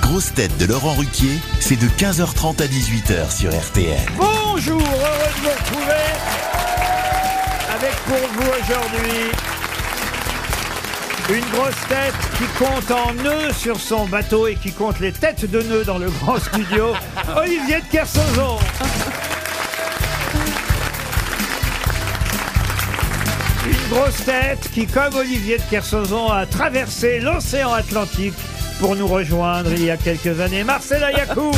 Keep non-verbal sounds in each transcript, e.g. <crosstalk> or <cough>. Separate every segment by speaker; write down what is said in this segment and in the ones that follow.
Speaker 1: grosses têtes de Laurent Ruquier, c'est de 15h30 à 18h sur RTL.
Speaker 2: Bonjour, heureux de vous retrouver avec pour vous aujourd'hui une grosse tête qui compte en nœuds sur son bateau et qui compte les têtes de nœuds dans le grand studio, Olivier de Kersauzon. Une grosse tête qui, comme Olivier de Kersauzon, a traversé l'océan Atlantique pour nous rejoindre il y a quelques années, Marcela Yacoub.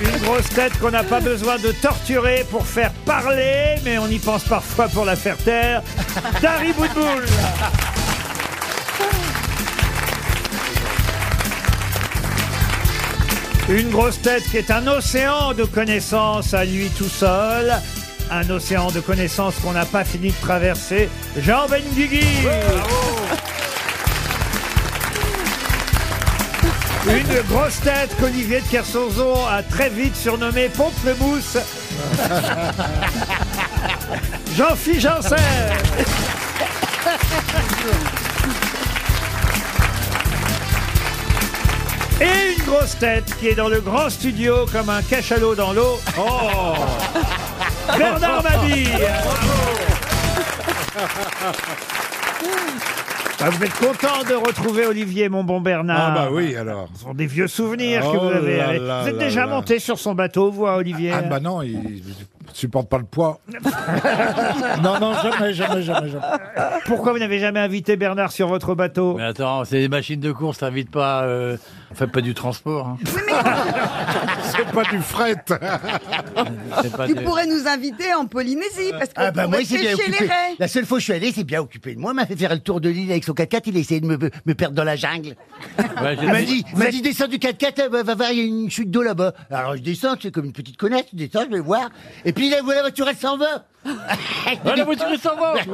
Speaker 2: Une grosse tête qu'on n'a pas besoin de torturer pour faire parler, mais on y pense parfois pour la faire taire. Dari Boudboul. Une grosse tête qui est un océan de connaissances à lui tout seul. Un océan de connaissances qu'on n'a pas fini de traverser. Jean Benguigui. Une grosse tête qu'Olivier de Kersozo a très vite surnommé Pompe le Mousse. Jean-Philippe Janssen. Et une grosse tête qui est dans le grand studio comme un cachalot dans l'eau. Oh Bernard Mabille Ah, Vous êtes content de retrouver Olivier, mon bon Bernard.
Speaker 3: Ah bah oui alors.
Speaker 2: Ce sont des vieux souvenirs que
Speaker 3: Oh
Speaker 2: vous avez.
Speaker 3: là
Speaker 2: avec-
Speaker 3: là
Speaker 2: vous êtes
Speaker 3: là
Speaker 2: déjà
Speaker 3: là.
Speaker 2: monté sur son bateau, vous, hein, Olivier
Speaker 3: Ah bah non, il il supporte pas le <laughs> poids. non, non, jamais, jamais, jamais, jamais.
Speaker 2: Pourquoi vous n'avez jamais invité Bernard sur votre bateau
Speaker 4: Mais attends, c'est des machines de course, t'invites pas. Euh... Enfin, pas du
Speaker 3: <laughs>
Speaker 4: transport. hein.
Speaker 3: C'est pas du fret.
Speaker 4: C'est pas
Speaker 5: Tu
Speaker 4: des-
Speaker 5: pourrais nous inviter en Polynésie parce que
Speaker 6: Ah bah moi c'est bien
Speaker 5: chez les
Speaker 6: occupé.
Speaker 5: raies.
Speaker 6: La seule fois où je suis allé, c'est bien occupé de moi. Il m'a fait faire le tour de l'île avec son 4x4. Il a essayé de me, me perdre dans la jungle.
Speaker 4: Ouais, j'ai-
Speaker 6: Il
Speaker 3: Ah,
Speaker 6: m'a dit, il m'a dit descends du 4x4, euh, va, va voir, il y a une chute d'eau là-bas. Alors je descends, c'est comme une petite connasse, je descends, je vais voir. Et puis là, voilà, la voiturette s'en va.
Speaker 4: Ouais, Ah, la voiture est sans vol Eh,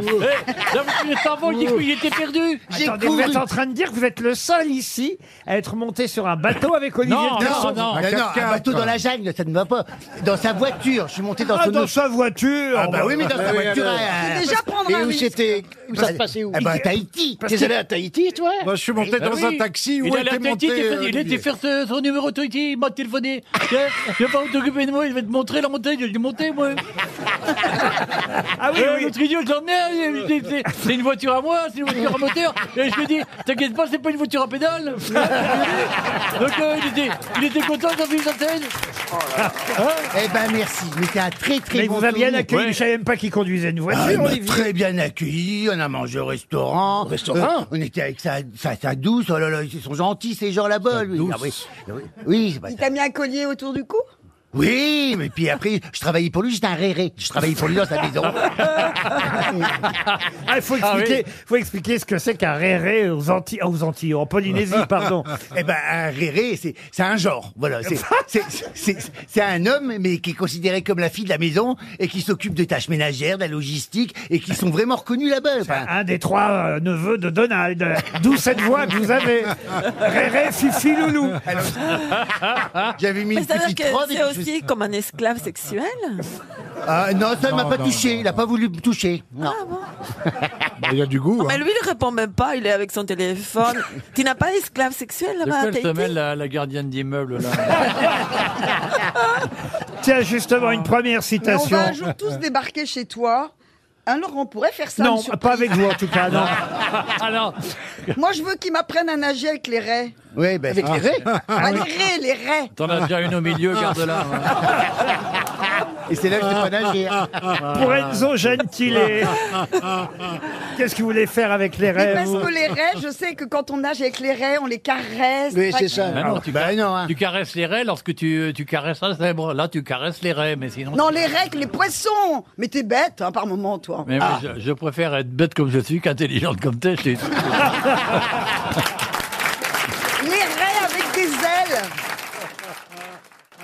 Speaker 4: La voiture est sans vol, du coup, il était perdu
Speaker 3: Ah,
Speaker 6: J'ai
Speaker 2: Attendez, vous
Speaker 6: couru.
Speaker 2: êtes en train de dire que vous êtes le seul ici à être monté sur un bateau avec Olivier
Speaker 4: Non,
Speaker 2: de
Speaker 3: Ah,
Speaker 2: Kersauzon.
Speaker 4: non,
Speaker 6: Mais non, un bateau
Speaker 3: hein.
Speaker 6: dans la jungle, ça ne va pas. Dans sa voiture, je suis monté dans
Speaker 2: Ah,
Speaker 6: son
Speaker 2: dans
Speaker 6: autre-
Speaker 2: sa voiture
Speaker 6: Ah bah oui, mais dans sa voiture.
Speaker 5: Faut
Speaker 6: euh,
Speaker 5: déjà prendre
Speaker 6: et
Speaker 5: un
Speaker 6: où
Speaker 5: risque.
Speaker 6: c'était Où ça se passait où Eh ben à Tahiti. T'es allé à Tahiti, toi
Speaker 3: Moi, je suis monté
Speaker 4: Bah
Speaker 3: dans
Speaker 4: oui.
Speaker 3: un taxi où
Speaker 4: il allait
Speaker 3: était
Speaker 4: à Tahiti,
Speaker 3: monté.
Speaker 4: il était-
Speaker 3: euh,
Speaker 4: il était
Speaker 3: Olivier.
Speaker 4: faire ce- son numéro Tahiti, il m'a téléphoné. Tiens, Je vais pas vous t'occuper de moi, il va te montrer la montagne, je vais monter moi.
Speaker 2: Ah oui,
Speaker 4: Euh,
Speaker 2: oui.
Speaker 4: L'autre idiot, je l'emmène, il me dit, c'est- c'est une voiture à moi, c'est une voiture à moteur. Et je lui dis, t'inquiète pas, c'est pas une voiture à pédale. <laughs> Donc euh, il, était, il était content quand il s'attelle.
Speaker 6: Eh ben merci, mais t'es un très très
Speaker 2: Mais il
Speaker 6: bon
Speaker 2: vous a bien
Speaker 6: souvenir.
Speaker 2: accueilli. Je savais même pas qu'il conduisait une voiture,
Speaker 6: Ah, il m'a
Speaker 2: Olivier.
Speaker 6: très bien accueilli, on a mangé au restaurant. restaurant On était avec sa, sa, sa douce, oh là là, ils sont gentils ces gens là-bas. lui. Ah oui, Ah oui, oui, c'est pas
Speaker 5: Il
Speaker 6: ça.
Speaker 5: t'a mis un collier autour du cou
Speaker 6: oui, mais puis après, je travaillais pour lui, j'étais un réré. Je travaillais pour lui dans sa
Speaker 3: <laughs>
Speaker 6: maison.
Speaker 2: Ah, il faut expliquer, faut expliquer ce que c'est qu'un réré aux Antilles, aux Antilles, en Polynésie, pardon.
Speaker 6: Eh ben, un réré, c'est c'est un genre. Voilà, c'est- c'est- c'est c'est un homme, mais qui est considéré comme la fille de la maison et qui s'occupe des tâches ménagères, de la logistique et qui sont vraiment reconnus là-bas. Enfin,
Speaker 2: Un des trois euh, neveux de Donald. D'où cette voix que vous avez. Réré, Fifi, Loulou.
Speaker 3: ah.
Speaker 6: J'avais mis
Speaker 7: Mais
Speaker 6: une
Speaker 7: c'est-à-dire
Speaker 6: petite robe.
Speaker 7: que
Speaker 6: et
Speaker 7: c'est
Speaker 6: puis je-
Speaker 7: aussi comme un esclave sexuel
Speaker 6: Ah, non, ça ne m'a
Speaker 3: Non,
Speaker 6: pas
Speaker 3: non,
Speaker 6: touché.
Speaker 3: non,
Speaker 6: il n'a pas voulu me toucher. Non.
Speaker 7: Ah.
Speaker 3: Bah, Il y a du goût. hein.
Speaker 7: Mais lui, il répond même pas, il est avec
Speaker 6: <laughs>
Speaker 7: son téléphone. tu n'as pas d'esclave sexuel là-bas à
Speaker 4: Laquelle se mêle
Speaker 7: Tahiti
Speaker 4: la, la gardienne d'immeuble là
Speaker 2: Tiens, justement, une première
Speaker 5: Mais on
Speaker 2: citation.
Speaker 5: va un jour tous débarquer chez toi. Alors on pourrait faire ça.
Speaker 2: Non,
Speaker 5: une surprise.
Speaker 2: pas avec vous en tout cas,
Speaker 5: <laughs>
Speaker 2: non.
Speaker 4: <laughs> Alors,
Speaker 5: Moi je veux qu'ils m'apprennent à nager avec les raies.
Speaker 6: Oui, ben, avec les raies.
Speaker 5: Ah, les raies, les raies.
Speaker 4: t'en as déjà une au milieu, garde-la. hein.
Speaker 6: Et c'est là que je n'ai pas hein. nager.
Speaker 2: Pour Enzo
Speaker 5: <laughs>
Speaker 2: Gentile. Qu'est-ce que vous voulez faire avec les
Speaker 5: Mais
Speaker 2: rêves
Speaker 5: parce
Speaker 2: vous
Speaker 5: que les raies, je sais que quand on nage avec les raies, on les caresse.
Speaker 6: Oui,
Speaker 5: Pas-
Speaker 6: c'est ça.
Speaker 4: Ben non, tu
Speaker 6: Ben non, hein.
Speaker 4: Tu caresses les raies lorsque tu, tu caresses un zèbre. Là, tu caresses les raies, mais sinon.
Speaker 5: Non, les raies, avec les poissons. Mais t'es bête hein, par moment, toi.
Speaker 4: Mais moi, je, je préfère être bête comme je suis qu'intelligente comme t'es. je t'ai dit.
Speaker 5: Les raies avec des ailes.